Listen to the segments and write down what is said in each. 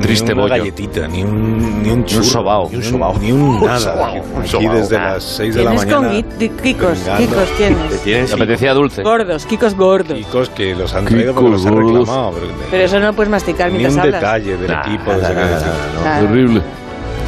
triste ni una bollo. galletita, ni un ni un, churro, sobao. ni un sobao, ni un nada. Un Aquí sobao. desde las 6 de la Tienes con mañana. gui- di- Kikos, Pringando. Kikos tienes. Me apetecía dulce. Gordos, Kikos gordos. Chicos que los han traído porque los han Kikos. reclamado. pero- Pero eso no lo puedes masticar ni mientras un hablas. detalle del Nah, equipo. desde que decimos. Claro. Terrible.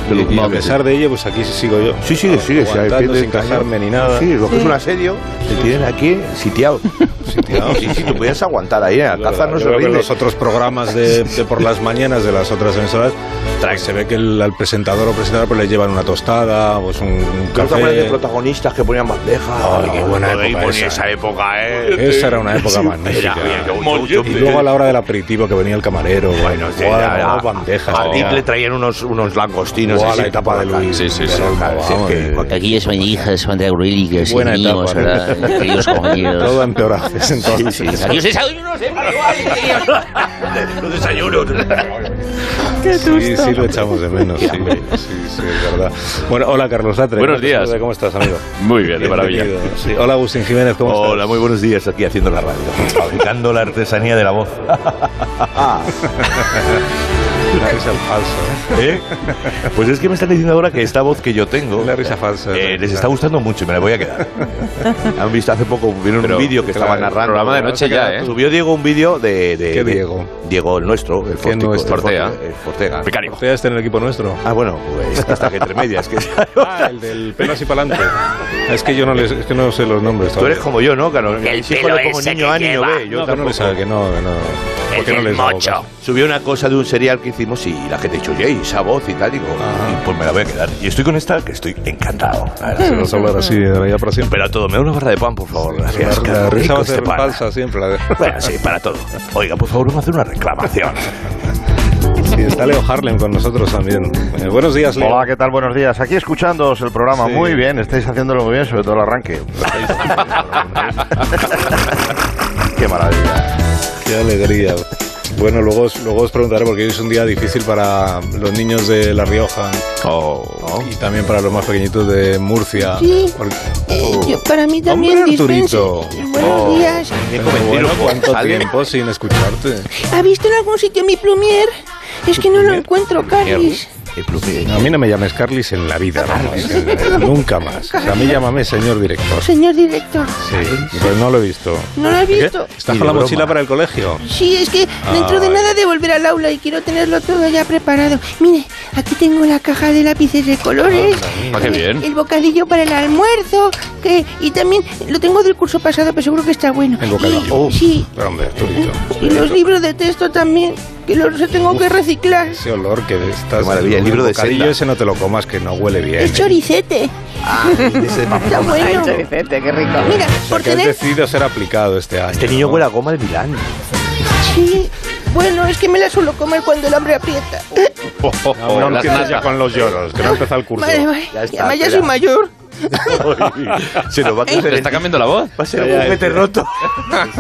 Te lo Y- y a mames. pesar de ello, pues aquí sí sigo yo. Sí, sigue, sigue. se Aguantando defiende sin el cañón. casarme ni nada. Sí, lo que es Sí. un asedio, te tienen aquí sitiado. Sitiado. Sí, sí, tú podías aguantar ahí, ¿eh? Alcázar no Yo se creo que rinde. los otros programas de, de por las mañanas de las otras emisoras traen- se ve que el, al presentador o presentadora pues, le llevan una tostada o pues, un, un ¿No te acuerdas de café. protagonistas que ponían bandeja? Ay, qué buena Joder, y época ponía esa. esa época, ¿eh? Esa era una época Era, mira, magnífica. yo- yo- yo- Y luego a la hora del aperitivo que venía el camarero, bueno, Bueno, sí, era- era- bandejas. a tío. Dick le traían unos, unos langostinos. Guau, así, la etapa de Luis. Sí, sí, sí. Pero, Vamos, vamos, es que- eh, Aquellas manijas, Juan de Grillas, Buena amigos, etapa, ¿no? ¿verdad? Queridos Todo compañeros. empeorado desde entonces. Adiós, desayunos, ¿eh? Los desayunos. Qué Sí, susto. sí, lo echamos de menos. Sí, sí, sí, es verdad. Bueno, hola Carlos Latre. Buenos días. ¿Cómo estás, amigo? Muy bien, de maravilla. Bienvenido. Sí, Hola Agustín Jiménez, ¿cómo estás? Hola, muy buenos días aquí haciendo la radio, fabricando la artesanía de la voz. La risa falsa. ¿Eh? Pues es que me están diciendo ahora que esta voz que yo tengo La risa falsa. eh, les está gustando mucho, me la voy a quedar. Han visto hace poco vieron Pero, un vídeo que claro, estaba narrando. programa de noche ya, ¿eh? Subió Diego un vídeo de, de- ¿Qué de- Diego? Diego el nuestro, el Fortico, nuestro? el Forte- Fortea. el Fortega. Becario. ¿Usted está en el equipo nuestro? Ah, bueno, pues que está aquí entre medias. Que... Ah, el del pelo así para adelante. Es que yo no, les, es que no sé los nombres. Tú eres todavía. como yo, ¿no? Claro, El mis hijos pelo le pongo ese niño que A, niño lleva. B. Yo No, que no tampoco. les sabe, que no, que no. ¿Por qué no les hago caso? Subió una cosa de un serial que hicimos y la gente dijo, oye, ¿y esa voz y tal, digo, Ah. "Y pues me la voy a quedar. Y estoy con esta que estoy encantado. la verdad. Se vas a hablar así de la vida para siempre. Pero a todo, me da una barra de pan, por favor. Gracias. qué La risa rico va a este ser pan. falsa siempre. la- Bueno, sí, para todo. Oiga, por favor, vamos a hacer una reclamación. Sí, está Leo Harlem con nosotros también. Eh, buenos días, Leo. Hola, ¿qué tal? Buenos días. Aquí escuchándoos el programa. Sí. Muy bien, estáis haciéndolo muy bien, sobre todo el arranque. Qué maravilla. Qué alegría. Bueno, luego os, luego os preguntaré porque hoy es un día difícil para los niños de La Rioja y también para los más pequeñitos de Murcia. Sí. Porque- Eh, Oh. yo- para mí también Hombre, dispense. Arturito. Buenos Oh. días. Pero bueno, ¿cuánto tiempo sin escucharte? ¿Ha visto en algún sitio mi plumier? Es que no lo encuentro, Carlos. No, a mí no me llames Carlis en la vida, vamos. Nunca más. O sea, a mí llámame señor director. Sí, Señor director, pues no lo he visto. ¿no lo has ¿Qué? visto? ¿Estás con la mochila para el colegio? Sí, es que dentro de Ay. nada de volver al aula y quiero tenerlo todo ya preparado. Mire, aquí tengo la caja de lápices de colores. Ah, qué bien. El bocadillo para el almuerzo, que y también lo tengo del curso pasado, pero seguro que está bueno. El bocadillo. Y- sí, Pero hombre, Arturito. y los libros de texto también, que los tengo que reciclar. Ese olor que estás... Qué maravilla, el libro de bocadillo Zelda. ese no te lo comas, que no huele bien. Es ¿eh? choricete. Ah, Está bueno. Vicente, qué rico. Mira, O sea, por que has tener. decidido ser aplicado este año. Este niño ¿no? huele a goma de Milán. Sí. Bueno, es que me la suelo comer cuando el hambre aprieta. Ah, No, no las empieces nata. ya con los lloros, que no empieza el curso. Vale, vale. Ya está, Y Además, ya espera. soy mayor. Se lo va a ¿Le coger. está cambiando la voz? Va a ser un juguete roto.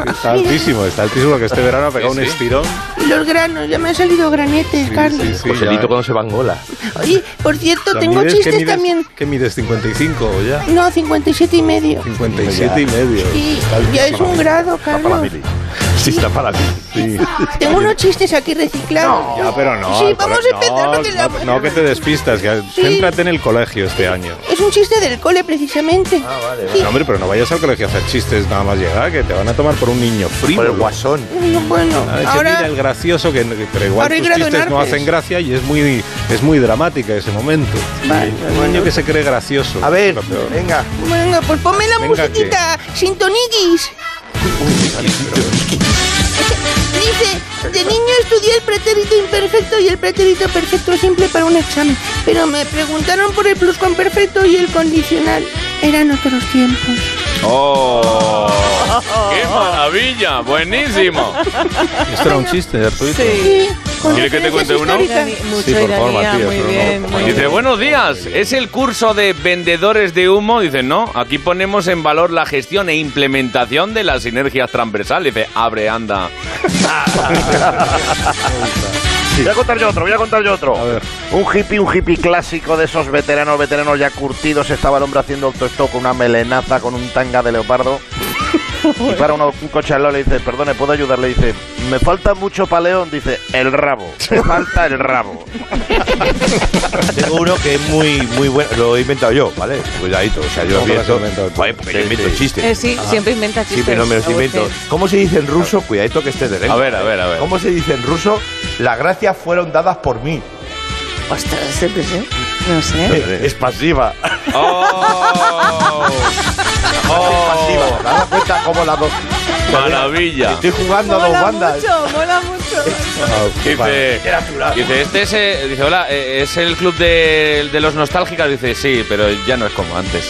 Está altísimo, está altísimo que este verano ha pegado Sí, un sí. estirón. Y los granos, ya me han salido granetes, Carlos. Sí, sí, Joselito ya. eh. cuando se va a Angola. Oye, por cierto, ¿La tengo mides? ¿Qué chistes mides? también. ¿Qué mides? ¿55 o ya? No, 57 y medio. 57 y medio. Y Está altísimo. ya es un grado, Carlos. Sí, está para mí. Tengo unos chistes aquí reciclados. Ya, pero no. Sí, al vamos cole- a empezar no, con el no, no, que te despistas. que- Sí. Céntrate en el colegio este año. Es un chiste del cole, precisamente. Sí. No, hombre, pero no vayas al colegio a hacer chistes nada más llegar, que te van a tomar por un niño frío. Por el guasón. No, Bueno, Ah, mira ahora. el gracioso que que- pero igual Ahora hay tus grado en chistes no artes. hacen gracia y es muy es muy dramática ese momento. Vale, un niño que se cree gracioso. A ver, Lo peor. venga. Venga, pues ponme la Venga, musiquita. Sintoniquis. Dice, de niño estudié el pretérito imperfecto y el pretérito perfecto simple para un examen, pero me preguntaron por el pluscuamperfecto y el condicional. Eran otros tiempos. ¡Oh! ¡Qué maravilla! ¡Buenísimo! Esto era un chiste, Arturito. Sí. Con ¿Quiere que te referencias cuente uno? históricas. Irani- Mucha Sí, por ironía, favor, Matías, muy pero no, bien. muy Dice, bien. buenos días, ¿es el curso de vendedores de humo? Dice, no, aquí ponemos en valor la gestión e implementación de las sinergias transversales. Dice, abre, anda. Voy a contar yo otro, voy a contar yo otro. A ver. Un hippie, un hippie clásico de esos veteranos, veteranos ya curtidos. Estaba el hombre haciendo autostop con una melenaza, con un tanga de leopardo. Y para uno, un coche al lado le dice, perdone, ¿puedo ayudarle? Dice, me falta mucho paleón. Dice, el rabo. Me falta el rabo. Tengo uno que es muy, muy bueno. Lo he inventado yo, ¿vale? Cuidadito. O sea, yo ¿Cómo lo has invento. inventado tú? Joder, porque yo Sí, invento sí. chistes. Eh, sí, Ajá. siempre inventa chistes. Siempre Ah. no me los invento. Agustín. ¿Cómo se dice en ruso? Cuidadito que estés de lengua. A ver, a ver, a ver. ¿Cómo se dice en ruso? Las gracias fueron dadas por mí. Ostras, yo qué sé. No sé. Es pasiva. ¡Oh! Es ¡Oh! pasiva. ¿Te cuenta cómo las dos? ¡Maravilla! Estoy jugando a dos bandas. mola mucho. Dice, dice, este es, eh, dice, hola, eh, es el club de, de los nostálgicos. Dice, sí, pero ya no es como antes.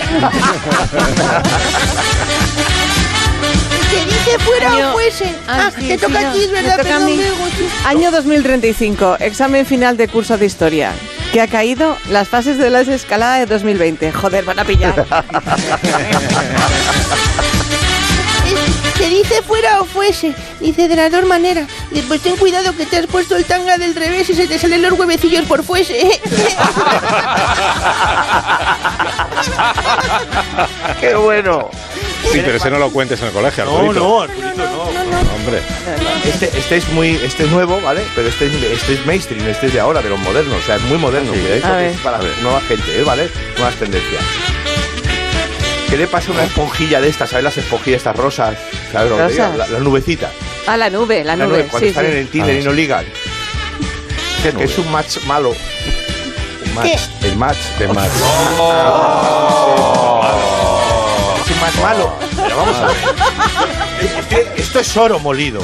Que dice fuera Año- o fuesen. Ah, Ah, sí, te sí, toca no, a ti, es me verdad, toca a perdón, mí. Bego, sí. Año 2035, examen final de curso de historia. Que ha caído las fases de la escalada de 2020. Joder, van a pillar. Es- Que dice fuera o fuese. Dice de las dos maneras. Después ten cuidado que te has puesto el tanga del revés y se te salen los huevecillos por fuese. ¡Qué bueno! Sí, pero ese no lo cuentes en el colegio, No, Arturito. no, Arturito, no. Hombre, Este, este es muy, este es nuevo, ¿vale? Pero este es, este es mainstream, este es de ahora, de los modernos, o sea, es muy moderno. cuidadito, Ah, A que ver. es para nueva gente, ¿eh? ¿vale? Nuevas tendencias. ¿Qué le pasa a Ah. una esponjilla de estas? ¿Sabes las esponjillas estas rosas? ¿Sabes lo que te digo? Rosas. La- Las nubecitas. A la nube, la Las nube. nubes, cuando Sí, están en sí. el Tinder y no ligan. Que es un match malo. El match. El match. qué mal. Oh. Es un match malo. Pero vamos a ver. Este- Esto es oro molido.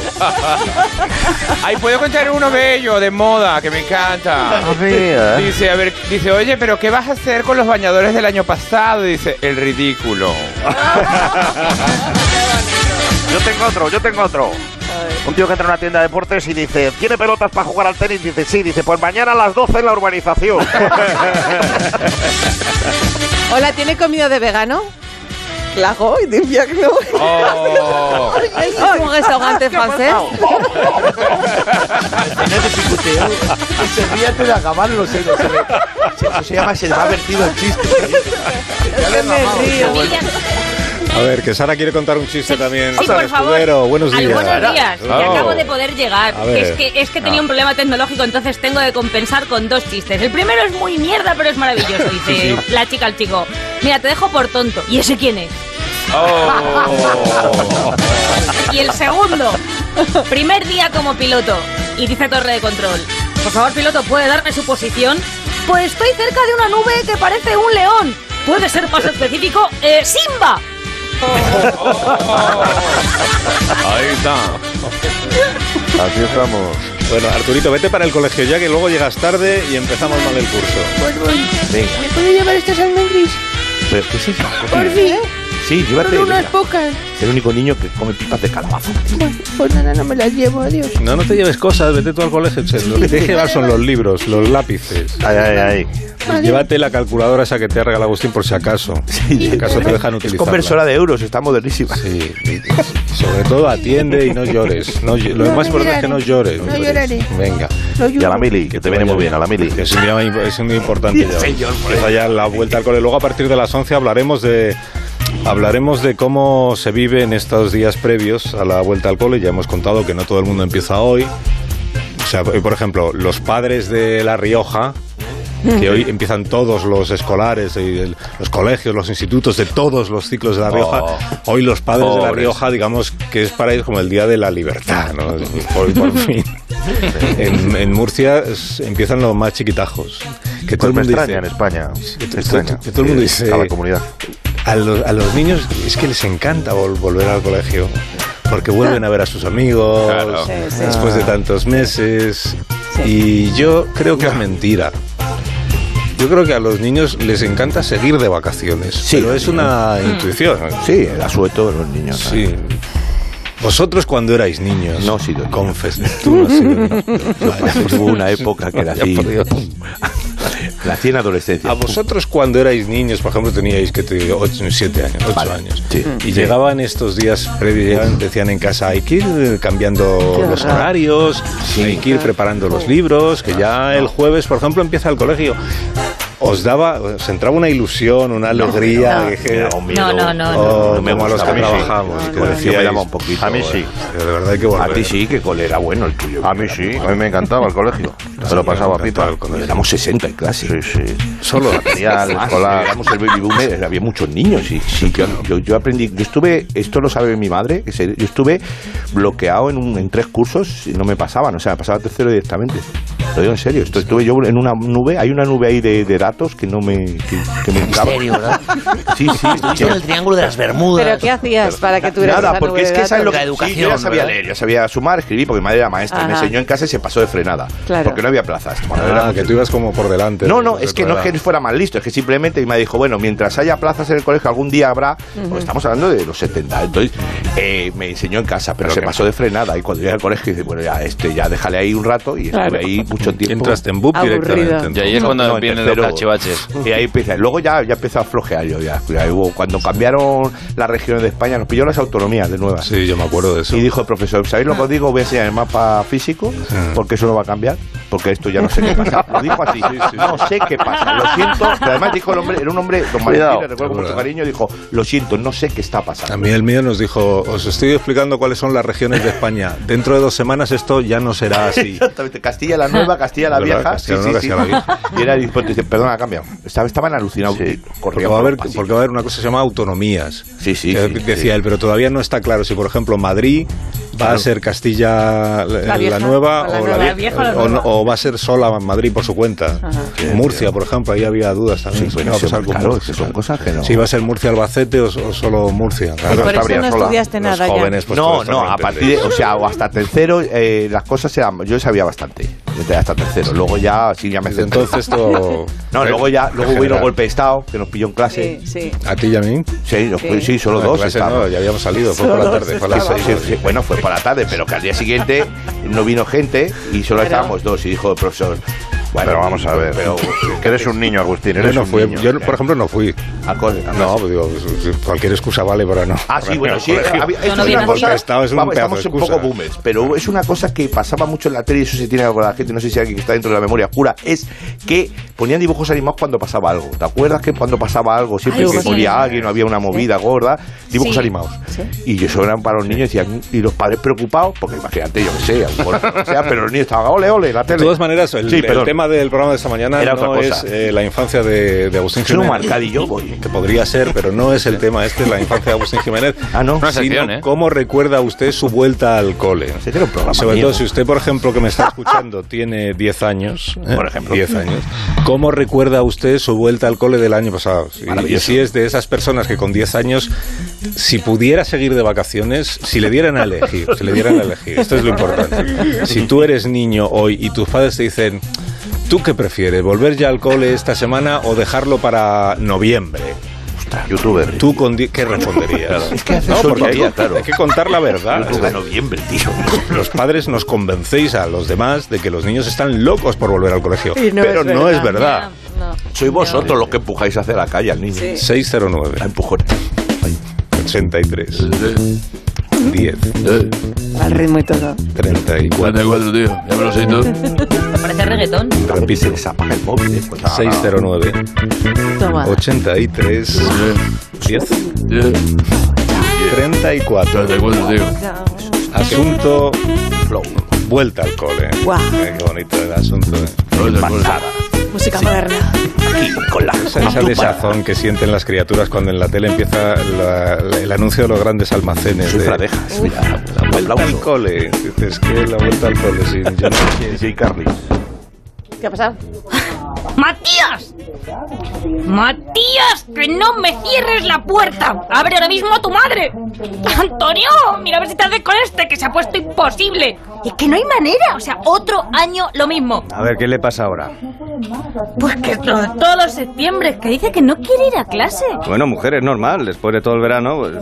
Ay, puedo contar uno bello, de moda, que me encanta. Dice, a ver, dice, oye, pero ¿qué vas a hacer con los bañadores del año pasado? Dice, el ridículo. Yo tengo otro, yo tengo otro. Un tío que entra a una tienda de deportes y dice, ¿tiene pelotas para jugar al tenis? Dice, sí, dice, pues mañana a las 12 en la urbanización. Hola, ¿tiene comida de vegano? Claro, y de invierno. Oh. Es un restaurante francés. Imagínate picoteo. Que se ríate de acabar los senos. Se, le- se, se llama, se le va vertido el chiste. Es que me río. A ver, que Sara quiere contar un chiste también. Sí, Sara por Escudero, favor. buenos Al días. buenos días. que Claro. acabo de poder llegar. A Que es ver. Ah. que, es que tenía un problema tecnológico, entonces tengo que compensar con dos chistes. El primero es muy mierda, pero es maravilloso, dice la chica al chico. Mira, te dejo por tonto. ¿Y ese quién es? Y el segundo, primer día como piloto. Y dice torre de control. Por favor, piloto, ¿puede darme su posición? Pues estoy cerca de una nube que parece un león. ¿Puede ser más específico? Eh, ¡Simba! Ahí está. Así estamos. Bueno, Arturito, vete para el colegio ya que luego llegas tarde y empezamos mal el curso. Pues voy. Venga. ¿Me puedo llevar estas almendris? ¿Pero qué es eso? Por fin. Sí, llévate. Solo unas venga. pocas. El único niño que come pipas de calabaza. Bueno, pues nada, no me las llevo, adiós. No, no te lleves cosas, vete tú al colegio. che. Lo que tienes que llevar son los libros, los lápices. Ay, ay, ay. Adiós. Llévate la calculadora esa que te ha regalado Agustín por si acaso. Si acaso te dejan Es utilizarla. conversora de euros, está modernísima. Sí, y- sobre todo atiende y no llores. No ll- lo No, no más importante es que no llores. lloraré, no lloraré. Venga. Soy Y a la un- mili, que te viene muy bien, a la mili. Que Es un día, im- es un día importante. ya. señor, por Empieza ya la vuelta al cole. Luego a partir de las 11 hablaremos de... Hablaremos de cómo se vive en estos días previos a la vuelta al cole. Ya hemos contado que no todo el mundo empieza hoy. O sea, hoy, por ejemplo, los padres de La Rioja, que hoy empiezan todos los escolares, y el- los colegios, los institutos de todos los ciclos de La Rioja. Oh. hoy los padres de La Pobres. Rioja, digamos que es para ellos como el día de la libertad, ¿no? Hoy por fin. En, en Murcia es- empiezan los más chiquitajos. Que Pues todo el me mundo extraña dice, en España. que Me to- extraña. que todo el mundo Eh, dice- A la comunidad. a, los, a los niños es que les encanta vol- volver al colegio. Porque vuelven a ver a sus amigos Claro. Sí, sí. después de tantos meses. Sí. Y yo creo que es mentira. Yo creo que a los niños les encanta seguir de vacaciones. Sí. pero es una Mm. intuición. Sí, el asueto de los niños. Sí. Vosotros cuando erais niños. No he sido yo. Confes. Tú no has sido niño. Vaya, por Hubo una época que Vaya, nací. por Dios. Nací en adolescencia. A vosotros cuando erais niños, por ejemplo, teníais que te digo, ocho, siete años, ocho Vale, años. sí. Y llegaban estos días previos, llegaban, decían en casa, hay que ir eh, cambiando los horarios, hay que ir preparando los libros, que ya el jueves, por ejemplo, empieza el colegio. os daba, os entraba una ilusión, una alegría. no. dije, Me daba un miedo. No, no, no, no. oh, No me como a los gustaba, que a mí sí. trabajamos. No, que no, no. decíais, Me daba un poquito, A mí sí. eh. que De verdad hay que volver. A ti sí, que cole era bueno el tuyo. A mí sí. A mí me encantaba el colegio. Se lo pasaba pipa. Éramos 60 en clase. Sí, sí. Solo material Ah, sí, escolar. éramos Éramos el baby boomer. Había muchos niños. Y, sí, yo, yo, yo aprendí. Yo estuve, esto lo sabe mi madre, que se- yo estuve bloqueado en, un- en tres cursos y no me pasaban. O sea, pasaba tercero directamente. Lo digo en serio. Esto, estuve yo en una nube. Hay una nube ahí de, de datos que no me. que, que me entraba. serio, ¿verdad? Sí, sí. Estuviste en el Triángulo de las Bermudas. ¿Pero qué hacías para que tuvieras Nada, esa porque es que esa es lo que novedad? sí, yo ya sabía leer, ya sabía sumar, escribir, porque mi madre era maestra. y Me Ajá. enseñó en casa y se pasó de frenada. Claro. Porque no había plazas. Bueno, Ah, era- que tú ibas como por delante. no, de- no, de es que tu no es edad. que fuera mal listo, es que simplemente me dijo, bueno, mientras haya plazas en el colegio, algún día habrá, Ujú. porque estamos hablando de los 70, entonces eh, me enseñó en casa, pero, se pasó de frenada y cuando llegué al colegio dije, bueno, ya, este, ya déjale ahí un rato y Claro. estuve ahí mucho tiempo. Entraste en BUP Aburrido. directamente. Y ahí es cuando en vienen tercero. los cachivaches. Y ahí empecé, luego ya, ya empezó a flojear yo, ya, ya hubo- cuando cambiaron las regiones de España, nos pilló las autonomías de nuevas. Sí, yo me acuerdo de eso. Y dijo el profesor, ¿sabéis lo que os digo? Voy a enseñar el mapa físico, Ah. porque eso no va a cambiar, porque esto ya no sé qué pasa. Lo dijo así, no sé qué pasa, lo siento. Pero además dijo el hombre, era un hombre, don Valentín, Cuidado. Ah, le recuerdo con mucho Verdad. cariño, dijo, lo siento, no sé qué está pasando. A mí el mío nos dijo, os estoy explicando cuáles son las regiones de España. Dentro de dos semanas esto ya no será así. Exactamente, Castilla la Nueva, Castilla la ¿Verdad? Vieja. Castilla la sí, Nueva, sí, Castilla sí. Y era, pues, dice, perdona, ha cambiado. Estaba- Estaban alucinados. Porque Corría va, a por haber, el pasillo. porque va a haber una cosa que se llama autonomías. Sí, sí. Que sí, decía sí. él, pero todavía no está claro si, por ejemplo, Madrid va a Claro. ser Castilla la, La vieja, la nueva o la o, nueva. vie- La vieja o la o nueva. no- o va a ser sola Madrid por su cuenta. Murcia, por ejemplo, ahí había dudas también. pues Sí, ¿Qué va a pasar con claro, Murcia? es que son cosas que no. Si va a ser Murcia Albacete o, o solo Murcia. Pero Por está eso no Brianzola. estudiaste Los nada ya. jóvenes, pues, No, todo esto no, lo a entendéis. partir de- o sea, o hasta tercero eh, las cosas eran, yo sabía bastante, desde hasta tercero, luego ya sí ya me Desde centré. entonces todo- No, luego ya, luego hubo En el general. golpe de estado que nos pilló en clase. Sí, sí. ¿A ti y a mí? Sí, nos- Sí. sí, solo No, dos. clase no, estábamos. ya habíamos salido, fue por la Solo tarde, dos fue a las estábamos. seis. Sí, sí, Bueno, fue por la tarde, pero que al día siguiente no vino gente y solo Claro. estábamos dos. Y dijo el profesor, bueno, Pero vamos a ver, pero que eres un niño, Agustín, Yo, no fui, yo no- por ejemplo, no fui. no, pues digo, pues, cualquier excusa vale para no. Ah, sí, bueno, sí. Colegio. había- Yo esto no es vi una nada. cosa- Porque estaba- es un vamos, pedazo estamos de un excusa. poco boomers, pero es una cosa que pasaba mucho en la tele y eso se tiene que acordar la gente, no sé si alguien que está dentro de la memoria oscura, es que ponían dibujos animados cuando pasaba algo. ¿Te acuerdas que cuando pasaba algo, siempre Ay, que sí. moría alguien o había una movida gorda, dibujos Sí. animados? Y eso eran para los niños y, decían, y los padres preocupados, porque imagínate, yo que sé, a lo mejor, o sea, pero los niños estaban, ole, ole, la De tele. todas maneras, el, Sí, el perdón. tema del programa de esta mañana Era no otra es cosa. eh, la infancia de, de Agustín Soy un Jiménez. marcadillo, voy. Que podría ser, pero no es el tema este, la infancia de Agustín Jiménez. Ah, no. Una Sino sección, ¿eh? cómo recuerda usted su vuelta al cole. Sobre mío. todo si usted, por ejemplo, que me está escuchando, tiene 10 años. Por ejemplo. 10 años. ¿Cómo recuerda usted su vuelta al cole del año pasado? Y- Y, si es de esas personas que con 10 años, si pudiera seguir de vacaciones, si le dieran a elegir, si le dieran a elegir. Esto es lo importante. Si tú eres niño hoy y tus padres te dicen, ¿tú qué prefieres? ¿Volver ya al cole esta semana o dejarlo para noviembre? Youtuber. ¿Tú con die- qué responderías? Es que haces no, porque hay, soltería, que- claro. hay que contar la verdad. Youtuber noviembre, tío. Los padres nos convencéis a los demás de que los niños están locos por volver al colegio. Y no pero es no verdad. es verdad. Sois vosotros los que empujáis hacia la calle al niño. 609. empujón. 83. 10. Al ritmo y todo. 34. tío. Ya me lo sé todo. Parece reggaetón. Repite. Apaga el móvil. pues, después. 609. Toma. 83. 10. 34. Asunto. Vuelta al cole. Guau. Eh, qué bonito el asunto. eh. Música moderna. con la Esa, esa desazón que sienten las criaturas cuando en la tele empieza la- la- el anuncio de los grandes almacenes. de fradejas, la vuelta al cole. Dices que la vuelta al cole. Sí, yo no DJ Carly. ¿Qué ha pasado? ¡Matías! ¡Matías! ¡Que no me cierres la puerta! ¡Abre ahora mismo a tu madre! ¡Antonio! Mira a ver si te haces con este, que se ha puesto imposible. Es que no hay manera, o sea, otro año lo mismo. A ver, ¿qué le pasa ahora? Pues que todo, todo septiembre, que dice que no quiere ir a clase. Bueno, mujer, es normal, después de todo el verano. pues,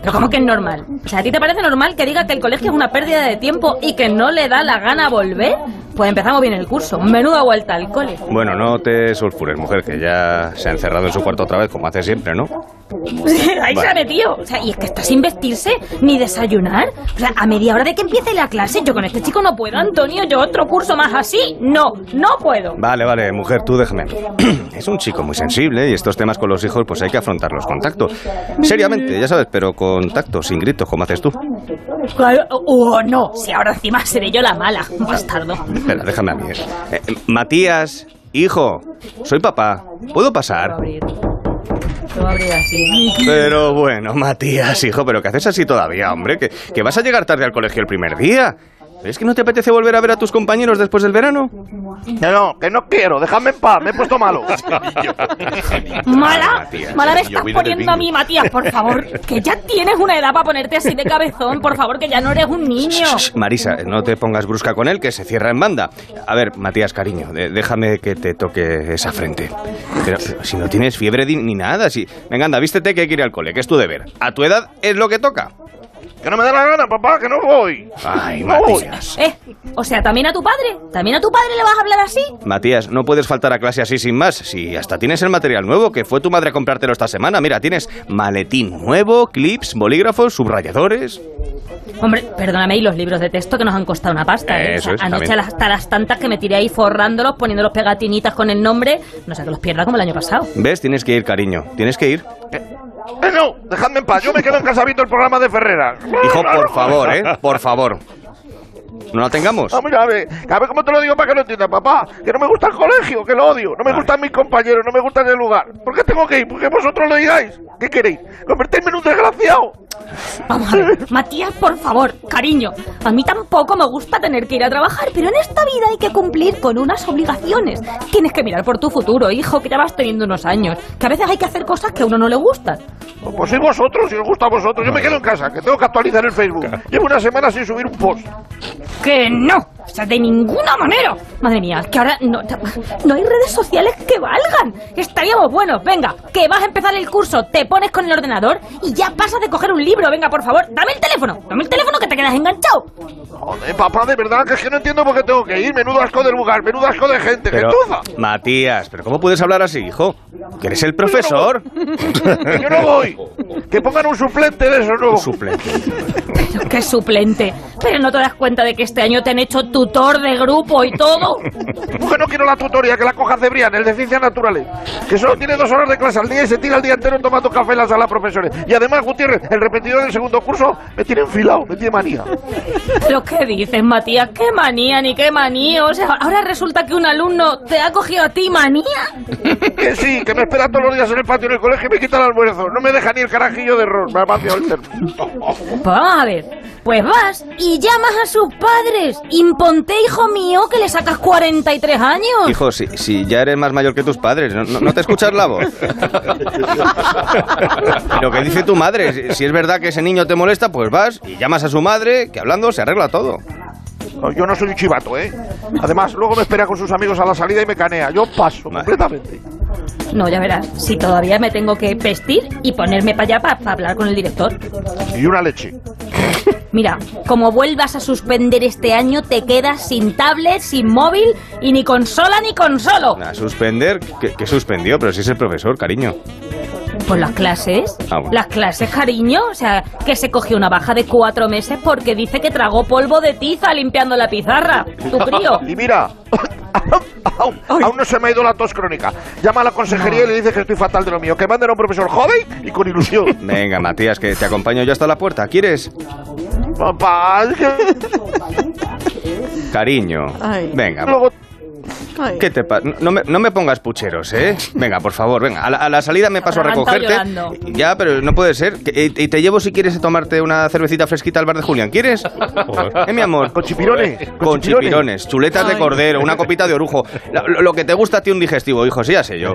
Pero ¿cómo que es normal? O sea, ¿a ti te parece normal que diga que el colegio es una pérdida de tiempo y que no le da la gana volver? Pues empezamos bien el curso. Menuda vuelta al cole. Bueno, no te sulfures, mujer, que ya se ha encerrado en su cuarto otra vez, como hace siempre, ¿no? Ahí Vale. sale, tío. O sea, y es que está sin vestirse ni desayunar. O sea, a media hora de que empiece la clase, yo con este chico no puedo, Antonio. Yo otro curso más así, no, no puedo. Vale, vale, mujer, tú déjame. a mí. Es un chico muy sensible y estos temas con los hijos pues hay que afrontarlos con tacto. Seriamente, ya sabes, pero con tacto, sin gritos, como haces tú. Claro, o no. Si ahora encima seré yo la mala, bastardo. Espera, déjame a mí. Eh, eh, Matías, hijo, soy papá. ¿Puedo pasar? Pero bueno, Matías, hijo, pero ¿qué haces así todavía, hombre? ¿Que, que vas a llegar tarde al colegio el primer día? ¿Es que no te apetece volver a ver a tus compañeros después del verano? No, no, que no quiero, déjame en paz, me he puesto malo. Mala, Matías, mala me yo estás vine del poniendo bingo. a mí, Matías, por favor. Que ya tienes una edad para ponerte así de cabezón, por favor, que ya no eres un niño. Marisa, no te pongas brusca con él, que se cierra en banda. A ver, Matías, cariño, de- déjame que te toque esa frente. Pero si no tienes fiebre di- ni nada, si... Venga, anda, vístete que hay que ir al cole, que es tu deber. A tu edad es lo que toca. Que no me da la gana, papá, que no voy. Ay, No voy. Matías. Eh, o sea, también a tu padre, también a tu padre le vas a hablar así. Matías, no puedes faltar a clase así sin más. Si hasta tienes el material nuevo, que fue tu madre a comprártelo esta semana. Mira, tienes maletín nuevo, clips, bolígrafos, subrayadores. Hombre, perdóname, y los libros de texto que nos han costado una pasta. ¿eh? Eso es, anoche también. las- hasta las tantas que me tiré ahí forrándolos, poniéndolos pegatinitas con el nombre, no sé que los pierda como el año pasado. ¿Ves? Tienes que ir, cariño. Tienes que ir. Eh, no, dejadme en paz, yo me quedo en casa viendo el programa de Ferrera. Hijo, por favor, ¿eh? Por favor. No la tengamos. Ah, mira, a ver, a ver cómo te lo digo para que lo entiendas, papá. Que no me gusta el colegio, que lo odio. No me gustan mis compañeros, no me gusta el lugar. ¿Por qué tengo que ir? Porque vosotros lo digáis. ¿Qué queréis? ¿Convertirme en un desgraciado? Vamos a ver, Matías, por favor, cariño. A mí tampoco me gusta tener que ir a trabajar, pero en esta vida hay que cumplir con unas obligaciones. Tienes que mirar por tu futuro, hijo, que ya vas teniendo unos años. Que a veces hay que hacer cosas que a uno no le gustan. Pues sois vosotros, si os gusta a vosotros. Yo me quedo en casa, que tengo que actualizar el Facebook. Llevo una semana sin subir un post. ¡Que no! O sea, de ninguna manera. Madre mía, que ahora no, no hay redes sociales que valgan. Estaríamos buenos. Venga, que vas a empezar el curso, te pones con el ordenador y ya pasas de coger un libro. Venga, por favor, dame el teléfono. Dame el teléfono que te quedas enganchado. Joder, papá, de verdad, que es que no entiendo por qué tengo que ir. Menudo asco del lugar, menudo asco de gente, Pero, gentuza. Matías, ¿pero cómo puedes hablar así, hijo? Que eres el profesor. Que yo no voy. Que pongan un suplente de eso, ¿no? Un suplente. Pero qué suplente. Pero no te das cuenta de que este año te han hecho tutor de grupo y todo. Porque no quiero la tutoría que la coja Cebrián, el de Ciencias Naturales, que solo tiene dos horas de clase al día y se tira el día entero tomando café en la sala, profesores. Y además, Gutiérrez, el repetidor del segundo curso, me tiene enfilado, me tiene manía. ¿Pero qué dices, Matías? ¿Qué manía ni qué manía? O sea, ahora resulta que un alumno te ha cogido a ti manía. Que sí, que me espera todos los días en el patio del colegio y me quita el almuerzo. No me deja ni el carajillo de error, me ha vaciado el termo. Pues vamos a ver. Pues vas y llamas a sus padres. Imponte, hijo mío, que le sacas 43 años. Hijo, si, si ya eres más mayor que tus padres, ¿no, no- no te escuchas la voz? Lo que dice tu madre, si- si es verdad que ese niño te molesta, pues vas y llamas a su madre, que hablando se arregla todo. No, yo no soy un chivato, ¿eh? Además, luego me espera con sus amigos a la salida y me canea. Yo paso completamente. No, ya verás. Si todavía me tengo que vestir y ponerme para allá para hablar con el director. Y una leche. Mira, como vuelvas a suspender este año, te quedas sin tablet, sin móvil y ni consola ni consolo. A suspender, que, que suspendió, pero si es el profesor, cariño. Pues las clases. Ah, bueno. Las clases, cariño. O sea, que se cogió una baja de cuatro meses porque dice que tragó polvo de tiza limpiando la pizarra. Tu crío. Y mira, aún, aún no se me ha ido la tos crónica. Llama a la consejería y le dice que estoy fatal de lo mío. Que manden a un profesor joven y con ilusión. Venga, Matías, que te acompaño yo hasta la puerta. ¿Quieres? Papá, es que Cariño. Ay. Venga. va. luego... ¿Qué te pasa? No me, no me pongas pucheros, ¿eh? Venga, por favor, venga. A la, a la salida me paso a Atragantado recogerte. llorando. Ya, pero no puede ser. Que- Y y te llevo si quieres a tomarte una cervecita fresquita al bar de Julián. ¿Quieres? ¿Eh, mi amor? Con chipirones. Con chipirones. Chuletas de Ay. cordero, una copita de orujo. La- Lo, lo que te gusta a ti un digestivo, hijo, sí, ya sé yo.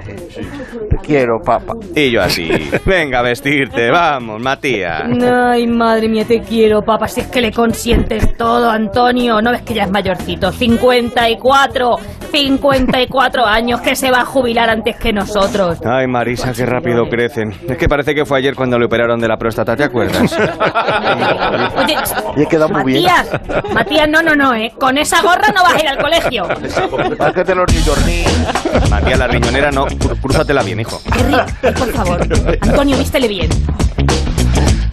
quiero, papá. Y yo así. Venga a vestirte, vamos, Matías. Ay, madre mía, te quiero, papá. Si es que le consientes todo, Antonio. ¿No ves que ya es mayorcito? 54, 54 años que se va a jubilar antes que nosotros. Ay, Marisa, qué rápido crecen. Es que parece que fue ayer cuando le operaron de la próstata, ¿te acuerdas? Oye, Y he quedado muy Matías, Matías, no, no, no, ¿eh? Con esa gorra no vas a ir al colegio. Sácate los riñoneros. Matías, la riñonera no. Crú- Crúzatela bien, hijo. Por favor, Antonio, vístele bien.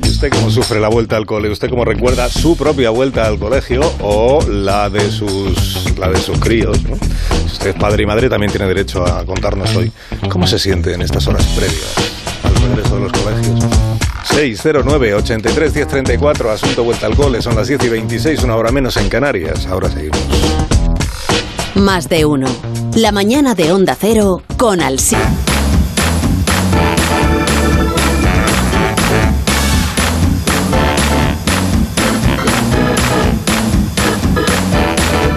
¿Y usted cómo sufre la vuelta al cole? ¿Usted cómo recuerda su propia vuelta al colegio o la de sus, la de sus críos? ¿no? Si usted es padre y madre, también tiene derecho a contarnos hoy cómo se siente en estas horas previas al regreso de los colegios. 609 83 1034 asunto vuelta al cole, son las 10 y 26, una hora menos en Canarias. Ahora seguimos. Más de uno. La mañana de Onda Cero con Alsina.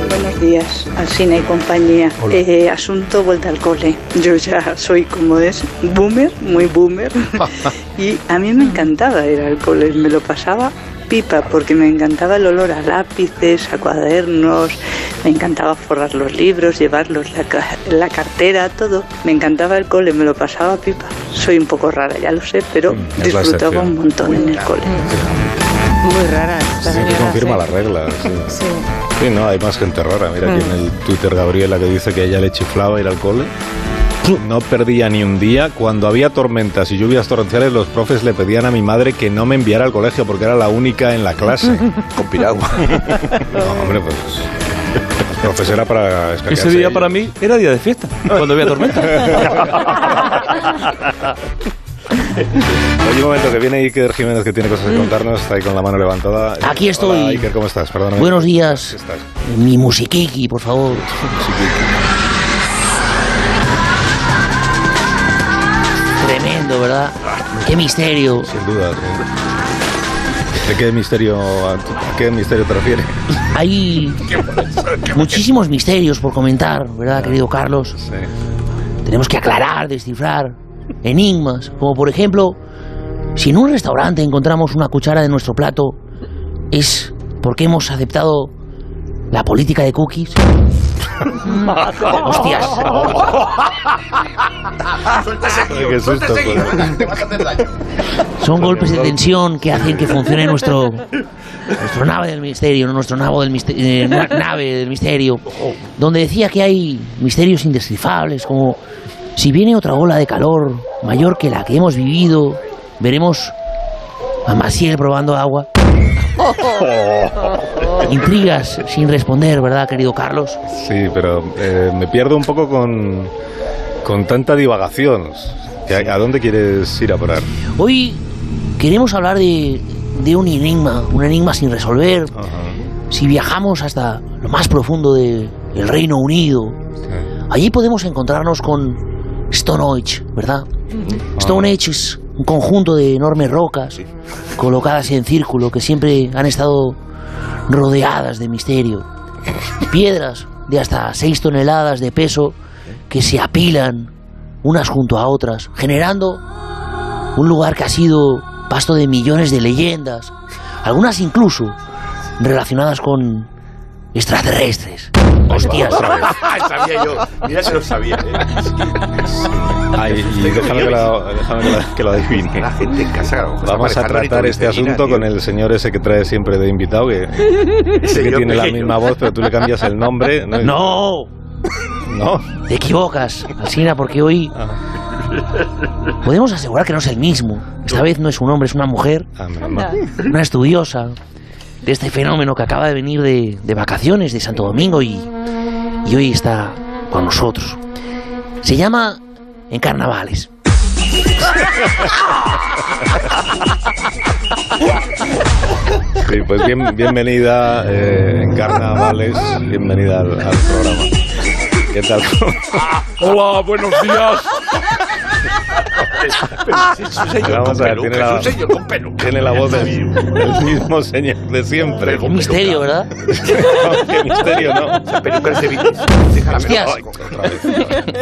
Buenos días, Alcina y compañía. Eh, asunto vuelta al cole. Yo ya soy como es, boomer, muy boomer. y a mí me encantaba ir al cole, me lo pasaba pipa porque me encantaba el olor a lápices, a cuadernos, me encantaba forrar los libros, llevarlos la, ca- la cartera, todo. Me encantaba el cole, me lo pasaba pipa. Soy un poco rara, ya lo sé, pero Mm, es la disfrutaba excepción. un montón en el cole. Muy rara esta Sí, señora. confirma sí. las reglas. Sí. Sí. Sí, no, hay más gente rara. Mira aquí Mm. en el Twitter Gabriela que dice que a ella le chiflaba ir al cole. No perdía ni un día. Cuando había tormentas y lluvias torrenciales, los profes le pedían a mi madre que no me enviara al colegio porque era la única en la clase. Con piragua. No, hombre, pues. Los profes era para Ese día para mí era día de fiesta, cuando había tormenta. Oye, un momento, que viene Iker Jiménez que tiene cosas que contarnos. Está ahí con la mano levantada. Aquí estoy. Hola, Iker, ¿cómo estás? Perdóname. Buenos días. ¿Qué estás? Mi musiquiki, por favor. Tremendo, ¿verdad? Qué misterio. Ah, Sin duda. sí. ¿De qué misterio, a qué misterio te refieres? Hay muchísimos misterios por comentar, ¿verdad, querido Carlos? Tenemos que aclarar, descifrar enigmas, como por ejemplo, si en un restaurante encontramos una cuchara de nuestro plato, es porque hemos aceptado la política de cookies. Hostias. Suelta ese guión, Qué susto, suelta ese guión. joder. Te vas a hacer daño. Son golpes de tensión que hacen que funcione nuestro nuestro nave del misterio, no nuestro nabo del misterio, nave del misterio, donde decía que hay misterios indescifrables como si viene otra ola de calor mayor que la que hemos vivido, veremos a Maciel probando agua. Intrigas sin responder, ¿verdad, querido Carlos? Sí, pero eh, me pierdo un poco con, con tanta divagación. ¿A, a dónde quieres ir a parar? Hoy queremos hablar de, de un enigma, un enigma sin resolver. Si viajamos hasta lo más profundo del Reino Unido, allí podemos encontrarnos con Stonehenge, ¿verdad? Ah. Stonehenge es un conjunto de enormes rocas colocadas en círculo que siempre han estado rodeadas de misterio. Piedras de hasta 6 toneladas de peso que se apilan unas junto a otras, generando un lugar que ha sido pasto de millones de leyendas, algunas incluso relacionadas con extraterrestres. Hostias. sabía yo. Mira que lo sabía. eh. Ay, y déjame que lo, déjame que lo- que lo adivine. La gente en casa. Pues a lo mejor Vamos está a manejando y todo tratar le este dice, mira, asunto tío, con el señor ese que trae siempre de invitado, que, Ese que yo tiene la pequeño. misma voz, pero tú le cambias el nombre. No. No. Ah. Te equivocas, Alcina, porque hoy podemos asegurar que no es el mismo. Esta vez no es un hombre, es una mujer, una estudiosa de este fenómeno que acaba de venir de, de vacaciones de Santo Domingo y, y hoy está con nosotros. Se llama En Carnavales. Sí, pues bien- bienvenida eh, en carnavales, bienvenida al, al Ah, programa. ¿Qué tal? Hola, buenos días. Vamos a ver, tiene la- Tiene la voz del del mismo señor de siempre. Un misterio, ¿verdad? Qué misterio, ¿no? ¿eh? Hostias,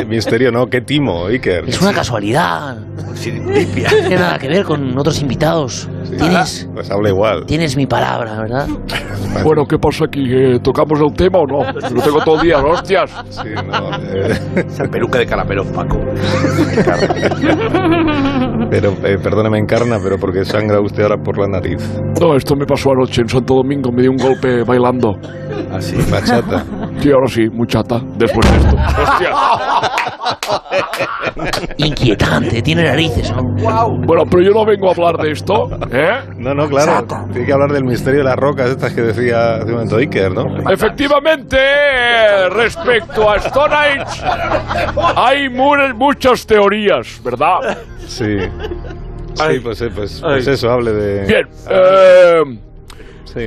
Misterio, ¿no? Qué timo, Iker. es una casualidad. No tiene nada que ver con otros invitados. Tienes, Pues habla igual. tienes mi palabra, ¿verdad? Bueno, ¿qué pasa aquí? Eh, ¿Tocamos el tema o no? Lo tengo todo el día, ¿no? hostias. Sí, no. Esa peluca de caramelo, Paco. Pero, eh, perdóname, encarna, pero porque sangra usted ahora por la nariz. No, esto me pasó anoche en Santo Domingo, me dio un golpe bailando. ¿Ah, sí? ¿Bachata? Sí, ahora sí, muchata, después de esto. Inquietante, tiene narices, ¿no? Bueno, pero yo no vengo a hablar de esto, ¿eh? No, no, claro. Tiene que hablar del misterio de las rocas, estas que decía hace un momento Iker, ¿no? Efectivamente, eh, respecto a Stone Age, hay mu- muchas teorías, ¿verdad? Sí. Sí, pues, eh, pues, pues Ay. eso, hable de. Bien, eh,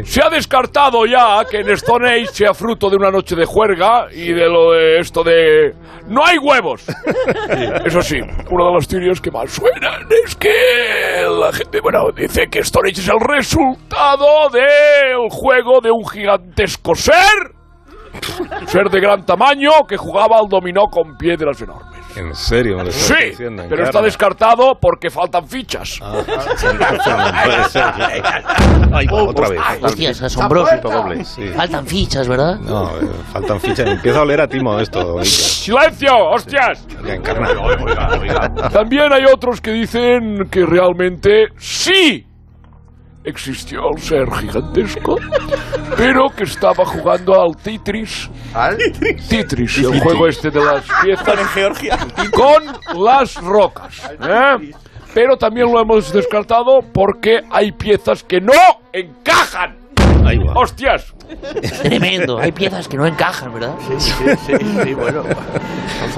se ha descartado ya que en Stone Age sea fruto de una noche de juerga y de lo de esto de... ¡No hay huevos! Eso sí, una de las teorías que más suenan es que la gente, bueno, eh. dice que Stone Age es el resultado del juego de un gigantesco ser, ser de gran tamaño que jugaba al dominó con piedras enormes. En serio, Pues, eh, me lo estás Sí, diciendo, pero está encarna. descartado porque faltan fichas. Ah, Otra vez. Hostias, asombroso. Sí. Faltan fichas, ¿verdad? No, eh, faltan fichas. Empieza a oler a timo esto, Iker. ¡Silencio! ¡Hostias! Ya, encarna. También hay otros que dicen que realmente sí existió el ser gigantesco, pero que estaba jugando al Tetris. ¿Al? Tetris, el juego este de las piezas. en Georgia. Con las rocas. ¿eh? Pero también lo hemos descartado porque hay piezas que no encajan. ¡Hostias! Tremendo, hay piezas que no encajan, ¿verdad? Sí, sí, sí, bueno.